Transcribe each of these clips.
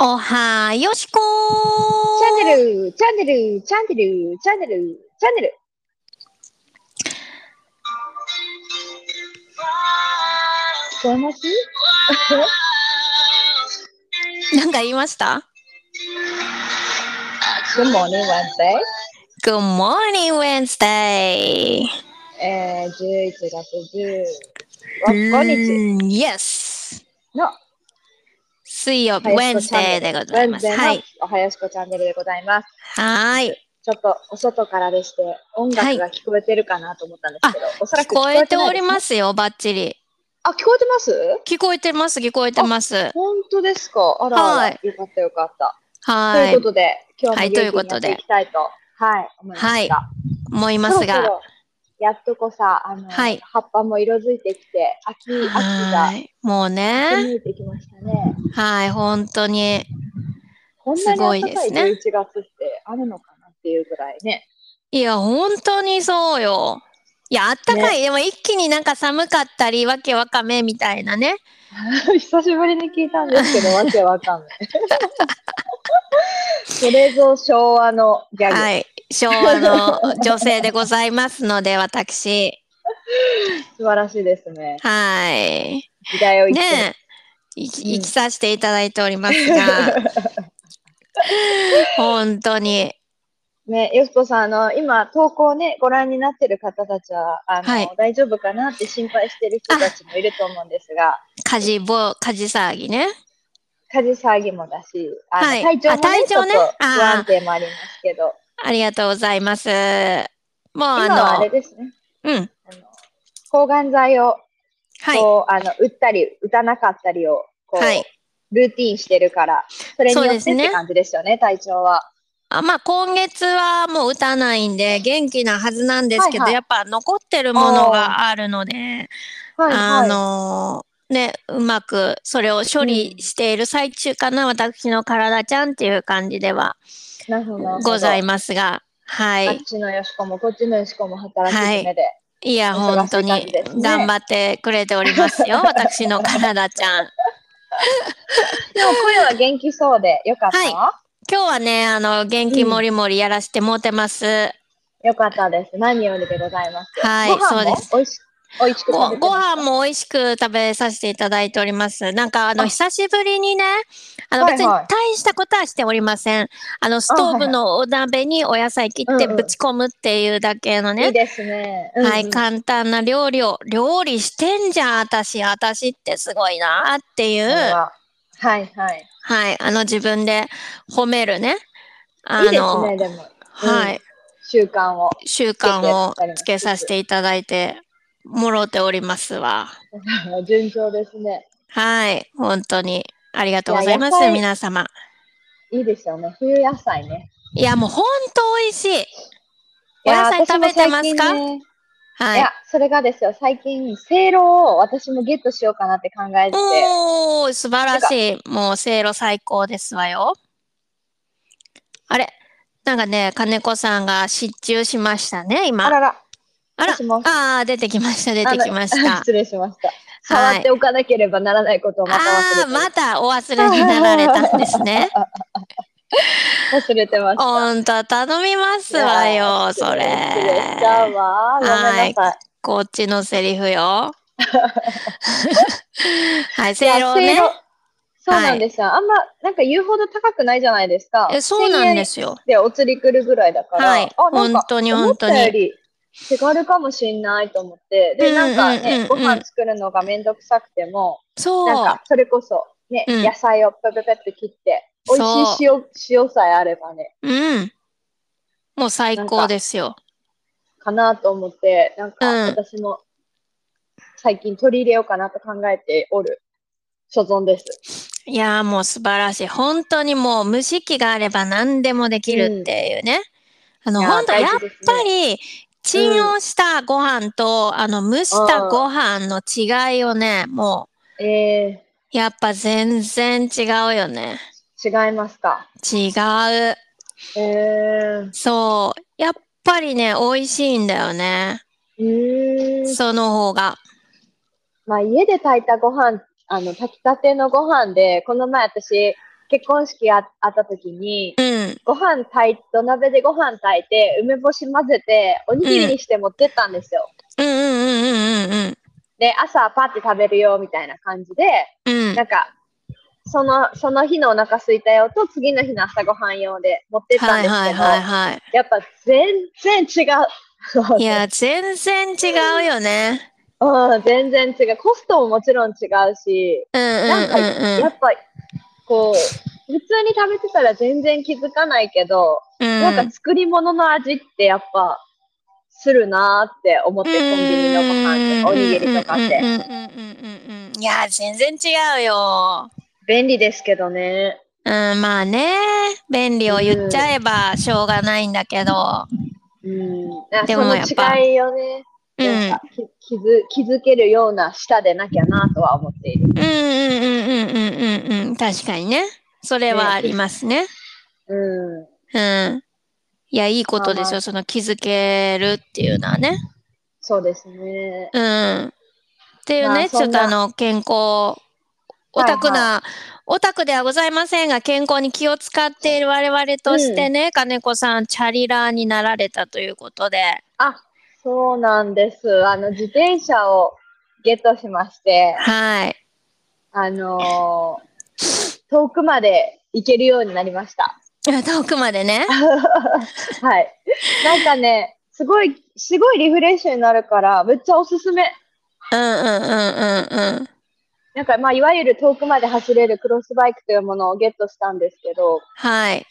おはよしこチャンネル、チャンネル、チャンネル、チャンネル、チャンネル。ごめんなさいなんか言いました Good morning, Wednesday. ?Good morning, Wednesday! えー、11月う15日ん Yes! の水曜日、おはやしこチ Wednesday ャンネでルございます。 Wednesday のはい。おはやしこチャンネルでございます。はーい。ちょっとお外からでして、音楽が聞こえてるかなと思ったんですけど、おそら聞く聞ここええててないおでりすねますよ、ばっちり。あ、聞こえてます聞こえてます、聞こえてます。本当ですかあらあら、はいよかったよかった。とはいういこ。とで、今日はもい元と気いうこにやとっでていきたいと、はい、思いますが、思いまそすろそが。ろやっとこさ、あの、はい葉っぱも色づいてきて、秋、秋はがーい。もうね。見えてきましたね。はい、本当に。こんなにすごい暖でかいすね11月ってあるのかなっていうぐらいね。 いや、本当にそうよ。いや、あったかい。でも一気になんか寒かったり、わけわかめみたいなね。久しぶりに聞いたんです けど、わけわかんない。 それぞ昭和のギャグ。はい。昭和の女性でございますので、私。素晴らしいですね。はい。時代を生きてるねえ。いき生きさせていただいております が。本当に。ね、よしこさん、あの、今、投稿ね、ご覧になってる方たちは、あの、はい大丈夫かなって心配してる人たちもいると思うんですが、火事ぼ、火事騒ぎね。火事騒ぎもだし、あのはい体調もあね、体調ねちょっとあー不安定もありますけど、ありがとうございます。もう今はああれの、ですね、うん。あの抗がん剤を、はい。こう、あの、打ったり、打たなかったりを、こう、はいルーティンしてるから、それによそうっでてっすねて感じですよね、体調は。あまあ、今月はもう打たないんで、元気なはずなんですけど、はいはいやっぱ残ってるものがあるので、はい、あはい。のーね、うまくそれを処理している最中かな、私の体ちゃんっていう感じではなるほどなるほどございますが、はあっい。ちのよしこも、こっちのよしこも働きはい詰めで。いや、忙しい本当感じにですね頑張ってくれております よ、私の体ちゃん。でも声は元気そうで、よかった、は今日はね、あの、元気もりもりやらしてもうてます。よかったです。何よりでございます。はいご飯そうもですおいしおいしく食ごべてごました飯も美味しく食べさせていただいております。なんかあのあ久しぶりにね、あのはい別にはい大したことはしておりません。あのストーブのお鍋にお野菜切ってうんうんぶち込むっていうだけのいいね、ですね。うんうんはい、簡単な料理を料理してんじゃん、私、私ってすごいなっていこれう、ははいはい。はい、あの自分で褒めるね、あいいですの、ね、でも。うんはい、習慣を。 習慣をつけてつけさせていただいてもろておりますわ。順調ですね。はい、本当にありがとうございまいや野す、菜皆様。いいですよね。冬野菜ね。いや、もう本当美味しい。いおや野菜私食もべてますか、最近ねいはい。や、それがですよ、最近、せいろを私もゲットしようかなって考えてて、おー、素晴らしい。もう、せいろ最高ですわよ。あれなんかね、金子さんが失注しましたね、今。ああら、らら、あ私もー出てきました、出てきましあのた。失礼しました。はい触っておかなければならないことをまた忘れあてー、またお忘れになられたんです ね。忘れてました。ほんと、頼みますわいやよ、ーそれ。失礼したわ。ごめんなさい。こっちのセリフ よ。はい、いやせいろね。せいろそうなんですよ。あんま、なんか言うほど高くないじゃないですか。。えそうなんですすよ。で、お釣り来るぐらいだから、はいあ、な本んか、当に思本っ当にたより手軽かもしんないと思って、で、なんかうんうんうんうねん、ご飯作るのがめんどくさくても、そう。なんか、それこそ、ね、うん野菜をペペペって切って、美味しい塩、塩さえあればね、うん。もう最高ですよ。かなと思って、なんかうん私も最近取り入れようかなと考えておる所存です。いやーもう素晴らしい。本当にもう蒸し器があれば何でもできるっていうね。あの、いやー本当大や事っですねぱり、チンをしたご飯と、あの、蒸したご飯の違いをね、もえう、やっぱ全然違うよね。ー、違いますか。違う。えー、そう。やっぱりね、美味しいんだよね。うーん。その方が。まあ家で炊いたご飯、あの、炊きたてのご飯で、この前私、結婚式ああった時に、うん。ご飯炊い、土鍋でご飯炊いて、梅干し混ぜて、おにぎりにして持ってったんですよ。うんうんうんうんうんで、朝パって食べるよ、みたいな感じで、うん。うんなんか、その、その日のお腹空いたよと、次の日の朝ご飯用で持ってったんはでいすはいけど、はいはい。やっぱ全然違う。いや、全然違うよね。 うん、全然違う。コストももちろん違うし、うんうんなんか、やっぱ、こう、普通に食べてたら全然気づかないけど、うんうん。なんか作り物の味ってやっぱ、するなーって思って、コンビニのご飯とかおにぎりとかっうて。んうんうんうんうんうんいや、全然違うよ。便利ですけどね。うん、まあね、便利を言っちゃえばしょうがないんだけど。うん。なんかでそものやっぱ違いをね、うん、うん、うんなんかき気づ気づけるような舌でなきゃなとは思っている。、うん、うん、うん、うん、確かにね。それはありますね。うん。うん。いや、いいことですまあまよ。その気づけるっていうのはね。そうですね。うん。っていうまあね、ちょそっんとなあの、健康、オタクな、オタクではございませんが、健康に気を使っている我々としてね、金子さん、チャリラーになられたということで。あ、そうなんです。あの、自転車をゲットしまして、はい。あのー遠くまで行けるようになりました。遠くまで ね。はい。なんかね、すごい、すごいリフレッシュになるから、めっちゃおすすめ。うんうんうんうんうん。なんか、まあ、いわゆる遠くまで走れるクロスバイクというものをゲットしたんですけど、はい。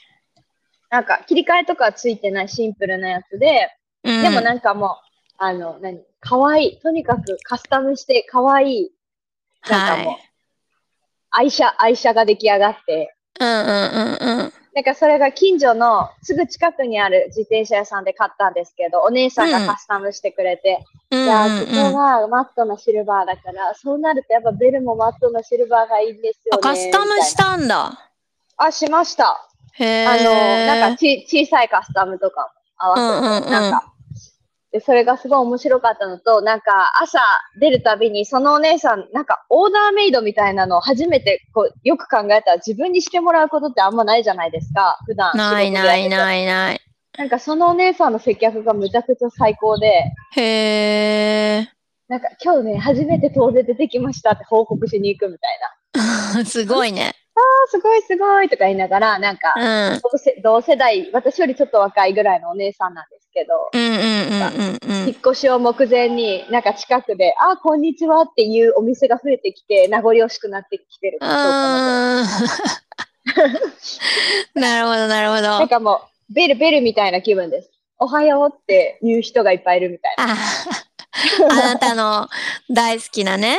なんか、切り替えとかついてないシンプルなやつで、うん、でもなんかもう、あの、何かわいい。とにかくカスタムしてかわいい。なんかもう、はい愛車、愛車が出来上がって、うんうんうんうん。なんかそれが近所のすぐ近くにある自転車屋さんで買ったんですけど、お姉さんがカスタムしてくれて、うんじゃあうんここうんはマットのシルバーだから、そうなるとやっぱベルもマットのシルバーがいいんですよあね。カスタムしみいたんだ。なあ、しました。へえ。あの、なんかち小さいカスタムとかも合わせて、うんうんうんなんか。で、それがすごい面白かったのと、なんか朝出るたびにそのお姉さん、なんかオーダーメイドみたいなのを初めてこうよく考えたら自分にしてもらうことってあんまないじゃないですか、普段。ないないい。ないない。なんかそのお姉さんの接客がむちゃくちゃ最高で、へえ。なんか今日ね、初めて遠出出てきましたって報告しに行くみたいな。すごいね。あーすごいすごいとか言いながら、なんかうん。うん同世同世代、私よりちょっと若いぐらいのお姉さんなんですけど、うんうんうんう引っん。越しを目前に、なんか近くで、あーこんにちはっていうお店が増えてきて、名残惜しくなってきてるなあ ーなるほどなるほど。んかもう、ベルベルみたいな気分です。おはようって言う人がいっぱいいるみたいな。ああなたの大好きなね、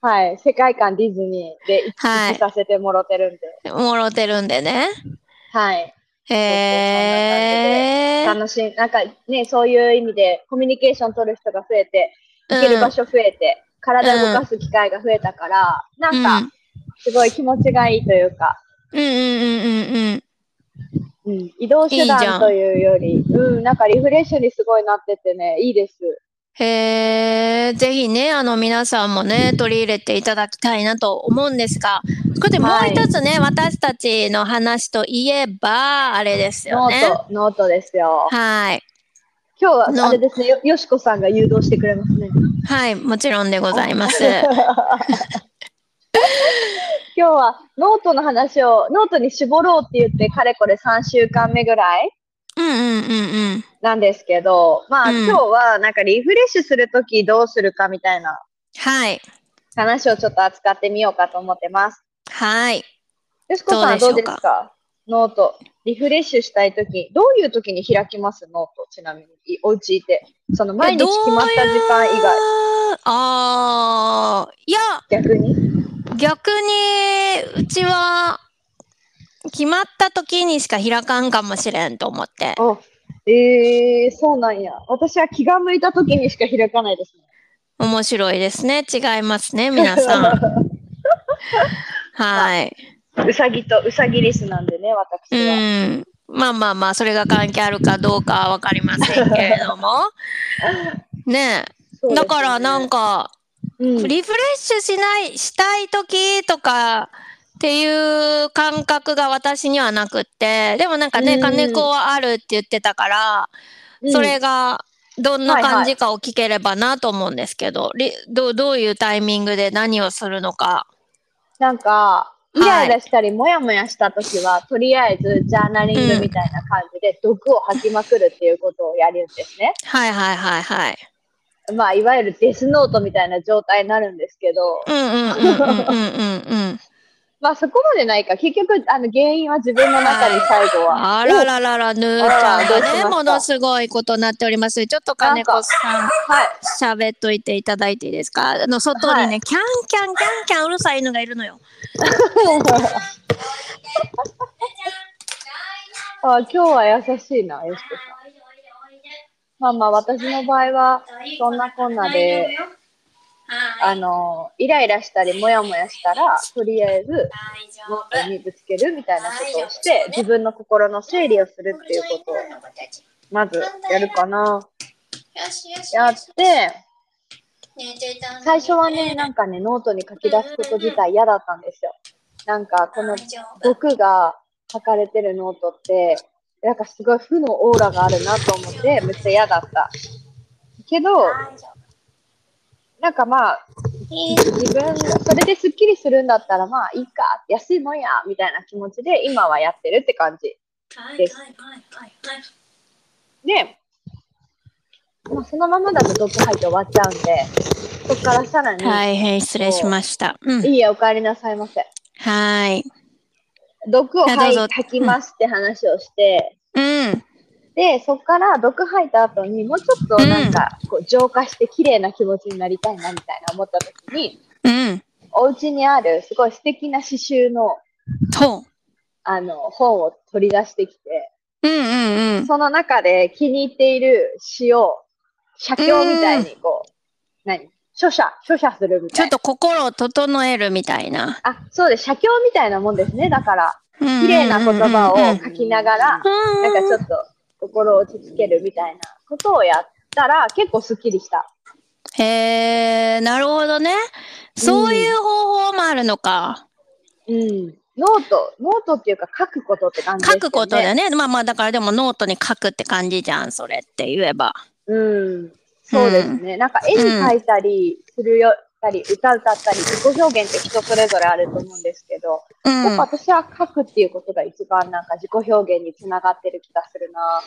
はい。世界観ディズニーで一はい致させてもろてるんで。もろてるんでね。はい。へえ。楽しい。なんかね、そういう意味でコミュニケーション取る人が増えて、行ける場所増えて、体を動かす機会が増えたから、うんなんか、すごい気持ちがいいというか、うんうんうんうんうん。うん、移動手いいじゃん段というよりうん、なんかリフレッシュにすごいなっててね、いいです。へえ、ぜひね、あの皆さんもね、取り入れていただきたいなと思うんですが、これでもうはい一つね、私たちの話といえば、あれですよノね。ート、ノートですよ。はい。今日ノーはあれですね、よよしこさんが誘導してくれますね。はい、もちろんでござい ます。今日はノートの話を、ノートに絞ろうって言って、かれこれ3週間目ぐらいうんうんうんうん。なんですけど、まあ、うん今日はなんかリフレッシュするときどうするかみたいなはい。話をちょっと扱ってみようかと思ってます。はい。よしこさんはどどううでですしょうかかノート。リフレッシュしたいとき、どういうときに開きますノート、ちなみに。いお家いて。その毎日決まった時間以外。外。ああ、いや、逆に。逆に、うちは、決まった時にしか開かんかもしれんと思って。おえー、そうなんや。私は気が向いたときにしか開かないですね。面白いですね。違いますね、皆さん。 はい。うさぎとうさぎリスなんでね、う私は。ん。まあまあまあ、それが関係あるかどうかはわかりませんけれど も。ねそうえ。ですねだからなん、か、うんリフレッシュしない、したい時とかっていう感覚が私にはなくって、でもなんかね、うん金子はあるって言ってたから、うんそれがどんな感じかを聞ければなと思うんですけど、りどうどういうタイミングで何をするのか。なんか、イライラしたり、もやもやした時は、とりあえず、ジャーナリングみたいな感じで、毒を吐きまくるっていうことをやるんですね。はいはいはいはい。まあ、いわゆるデスノートみたいな状態になるんですけど、うんうんうんうんうんうんうん。まあ、そこまでないか。結局、あの、原因は自分の中に最後は。あらららら、ぬーちゃんあらどうがしましね、たものすごいことになっております。ちょっと金子さん、はい。喋っといていただいていいですかあの、外にね、はキャンキャンキャンキャンうるさい犬がいるのよ。あ今日は優しいな、よしこさん。まあまあ、私の場合は、そんなこんなで、あの、イライラしたり、もやもやしたら、とりあえず、ノートにぶつけるみたいなことをして、自分の心の整理をするっていうことを、まずやるかな。やって、最初はね、なんかね、ノートに書き出すこと自体嫌だったんですよ。なんか、この毒が書かれてるノートって、なんかすごい負のオーラがあるなと思って、めっちゃ嫌だった。けど、なんかまあ、自分、それですっきりするんだったら、まあいいか、安いもんや、みたいな気持ちで、今はやってるって感じ。ですで、まあ、そのままだと毒入って終わっちゃうんで、そこからさらに、大変失礼しました。うん。いいや、お帰りなさいませ。はい。毒をいやどう吐いぞ吐きますって話をして、うん。で、そこから毒吐いた後にもうちょっとなんか、こう浄化して綺麗な気持ちになりたいなみたいな思った時に、うん。お家にあるすごい素敵な刺繍のと。あの本を取り出してきて、うんうんうん。その中で気に入っている詩を写経みたいにこう、何書写、書写するみちたょっいな。と心を整えるみたいな。あ、そうです。写経みたいなもんですね。だから、綺綺麗な言葉を書きながら、ななんかちょっと心を落ち着けるみたいなことをやったら結構すっきりした。へえ、なるほどね。そういう方法もあるのか。うん。ノート、ノートっていうか書くことって感じですよ書ね。くことだよね。まあまあ、だからでもノートに書くって感じじゃん、それって言えば。うん。そうですね。なんか絵に描いたりするよ、たり歌歌ったり自己表現って人それぞれあると思うんですけど、うやっんぱ。私は書くっていうことが一番なんか自己表現につながってる気がするな。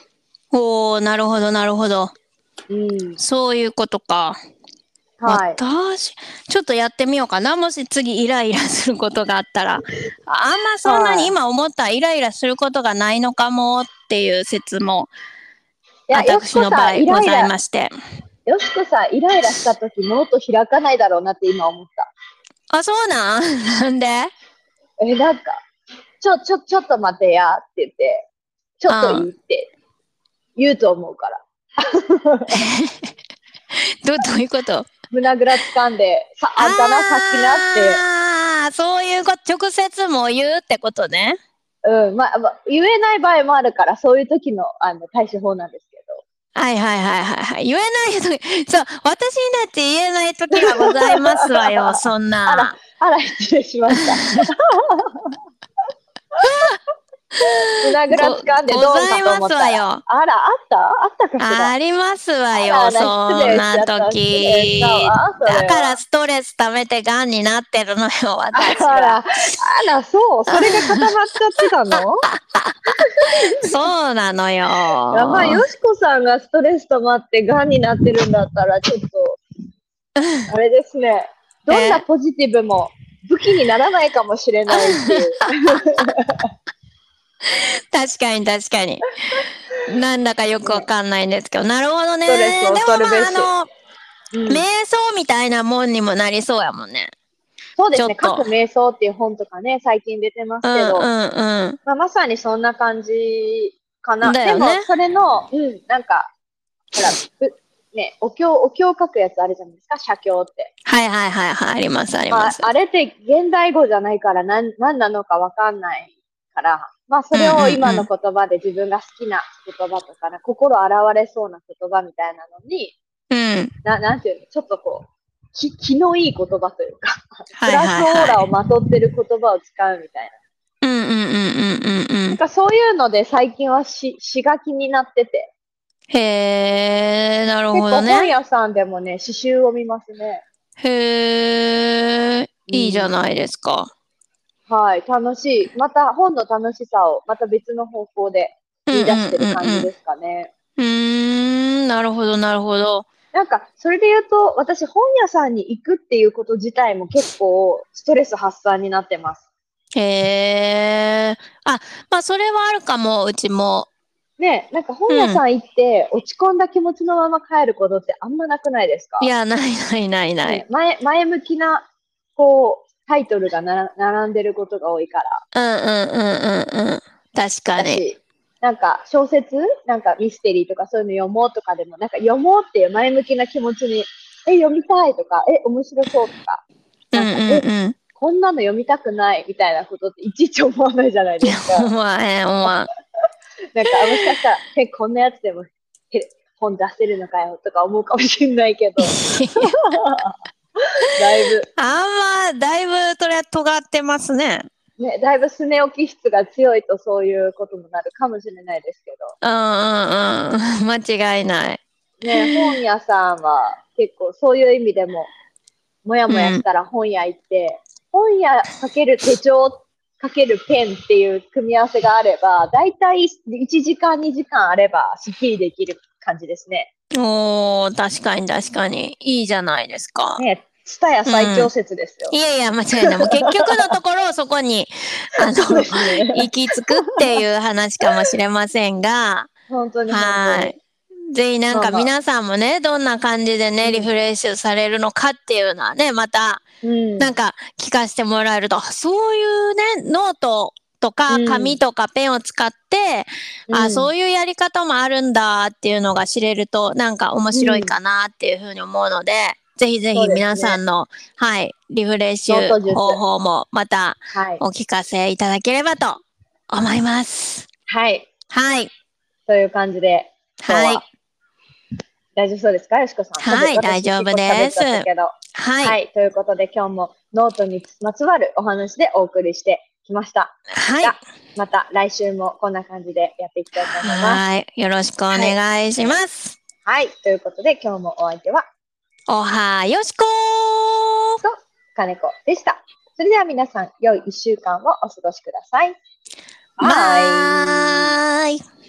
おー、なるほど、なるほど。うん。そういうことか。はい。私、ちょっとやってみようかな。もし次イライラすることがあったら。あんまそんなはにい今思ったらイライラすることがないのかもっていう説も、いや、よし私この場さ合ん、イごライざいラ、まして。よしこさん、イライラした時ノート開かないだろうなって今思った。あ、そうなん なんでえ、なんか、ちょ、ちょ、ちょっと待てや、って言って、ちょっといいって言うと思うから。ど どういうこと胸ぐら掴んで、さ、あんたな、さっきなあっあ、そういうこと、直接も言うってことね。て、うん、まあ、まあ、言えない場合もあるから、そういう時の、あの、対処法なんですけはいはいはいはいはい。言えないとき、 そう、私にだって言えないときがございますわ よ、そんあなら。ど。あら、失礼 しました。胸ぐら掴んで、どうござかいと思ますったわら。よ。あら、あったあったかしらありますわあよ、らそんなと失礼き。しちゃった失礼しちゃったそれはだからストレス溜めて癌になってるのよ、私あら、は。あら、そう、それが固まっちゃってた のそうなのよ。やばい、よしこさんがストレス溜まってがんになってるんだったら、 ちょっと、あれですね、どんなポジティブも武器にならないかもしれないっていう。 確かに確かに。なんだかよくわかんないんですけど、なるほどね。ストでもまレスを恐るべしあ、う あの、ん瞑想みたいなもんにもなりそうやもんね。そうですね、ちょっ書とく瞑想っていう本とかね、最近出てますうけんうど、んうん。まあ、まさにそんな感じかな。だでよもね、それの、うん、なんか、ほら、ぶね、お経、お経を書くやつあるじゃないですか、写経って。はいはいはいはい、ありますありままあす、。あれって現代語じゃないから何何なのかわかんないから、まあ、それを今の言葉で自分が好きな言葉とかな、心洗われそうな言葉みたいなのにうん。な、なんていうの、ちょっとこう、き気のいい言葉というか、はいプラはいスはいオーラをまとってる言葉を使うみたいうんうんうんうんうんうな。なんん。かそういうので最近は詩詩が気になってて、へー、なる結ほ構ど本ね。屋さんでもね、詩集を見ますね。へー、いいじゃないですか。はい、楽しい。また本の楽しさをまた別の方向で見出してる感じですかうんね。うんうんうんうーん、なるほど、なるほど。なんか、それで言うと、私、本屋さんに行くっていうこと自体も結構、ストレス発散になってます。へー。あ、まあ、それはあるかも、うちも。ねえなんか本屋さん行って、落ち込んだ気持ちのまま帰ることってあんまなくないですかいや、ないないないなねい。前、前向きな、こう、タイトルがなら並んでることが多いから。うんうんうんうんうん。確かだに。し、なんか小説なんかミステリーとかそういうの読もうとかでも、なんか読もうっていう前向きな気持ちに、え、読みたいとか、え、面白そうとか、うんなうんか、え、んうん。こんなの読みたくないみたいなことっていちいち思わないじゃないですか。思わへん、思わん。なんか、もしかしたら、え、こんなやつでも、へ本出せるのかよとか思うかもしれないけど、だい あんま、だいぶ、とりあえず尖ってますね。ぶ、ね、だいぶスネ置き質が強いとそういうこともなるかもしれないですけうんうんうん。間違いない。ど、ね、本屋さんは結構そういう意味でも、もやもやしたら本屋行って、本屋かける手帳かけるペンっていう組み合わせがあれば、だいたい1時間2時間あればスッキリできる感じですね。おー、確かに確かに。いいじゃないですか。ね、ツタヤ最強説ですよ。いやいや、間違いない。もう結局のところをそこに、あの、 そうですね行き着くっていう話かもしれませんが、本当に本当に。はい。ぜひなんまあかまあ皆さんもね、どんな感じでね、リフレッシュされるのかっていうのはね、また、うんなんか聞かせてもらえると、あそういうね、ノートとかうん紙とかペンを使って、あ、そういいうやり方もあるんだっていうのが知れると、なんか面白いかなっていうふうに思うので、ぜひぜそひうですね皆さんの、はい、リフレッシノートュ術方法もまたうん。はい。お聞かせいただければと思います。はい。はい。という感じで、今日は。はい。大丈夫そうですかよしこさん。はい私大丈夫です結構喋っちゃったけどはい。はい。ということで、今日もノートにまつわるお話でお送りしてきました。はい。がまた来週もこんな感じでやっていきたいと思います。はい。よろしくお願いします。はい。ということで、今日もお相手は、おはよしこ金子でした。それでは皆さん、良い1週間をお過ごしください。ーバイ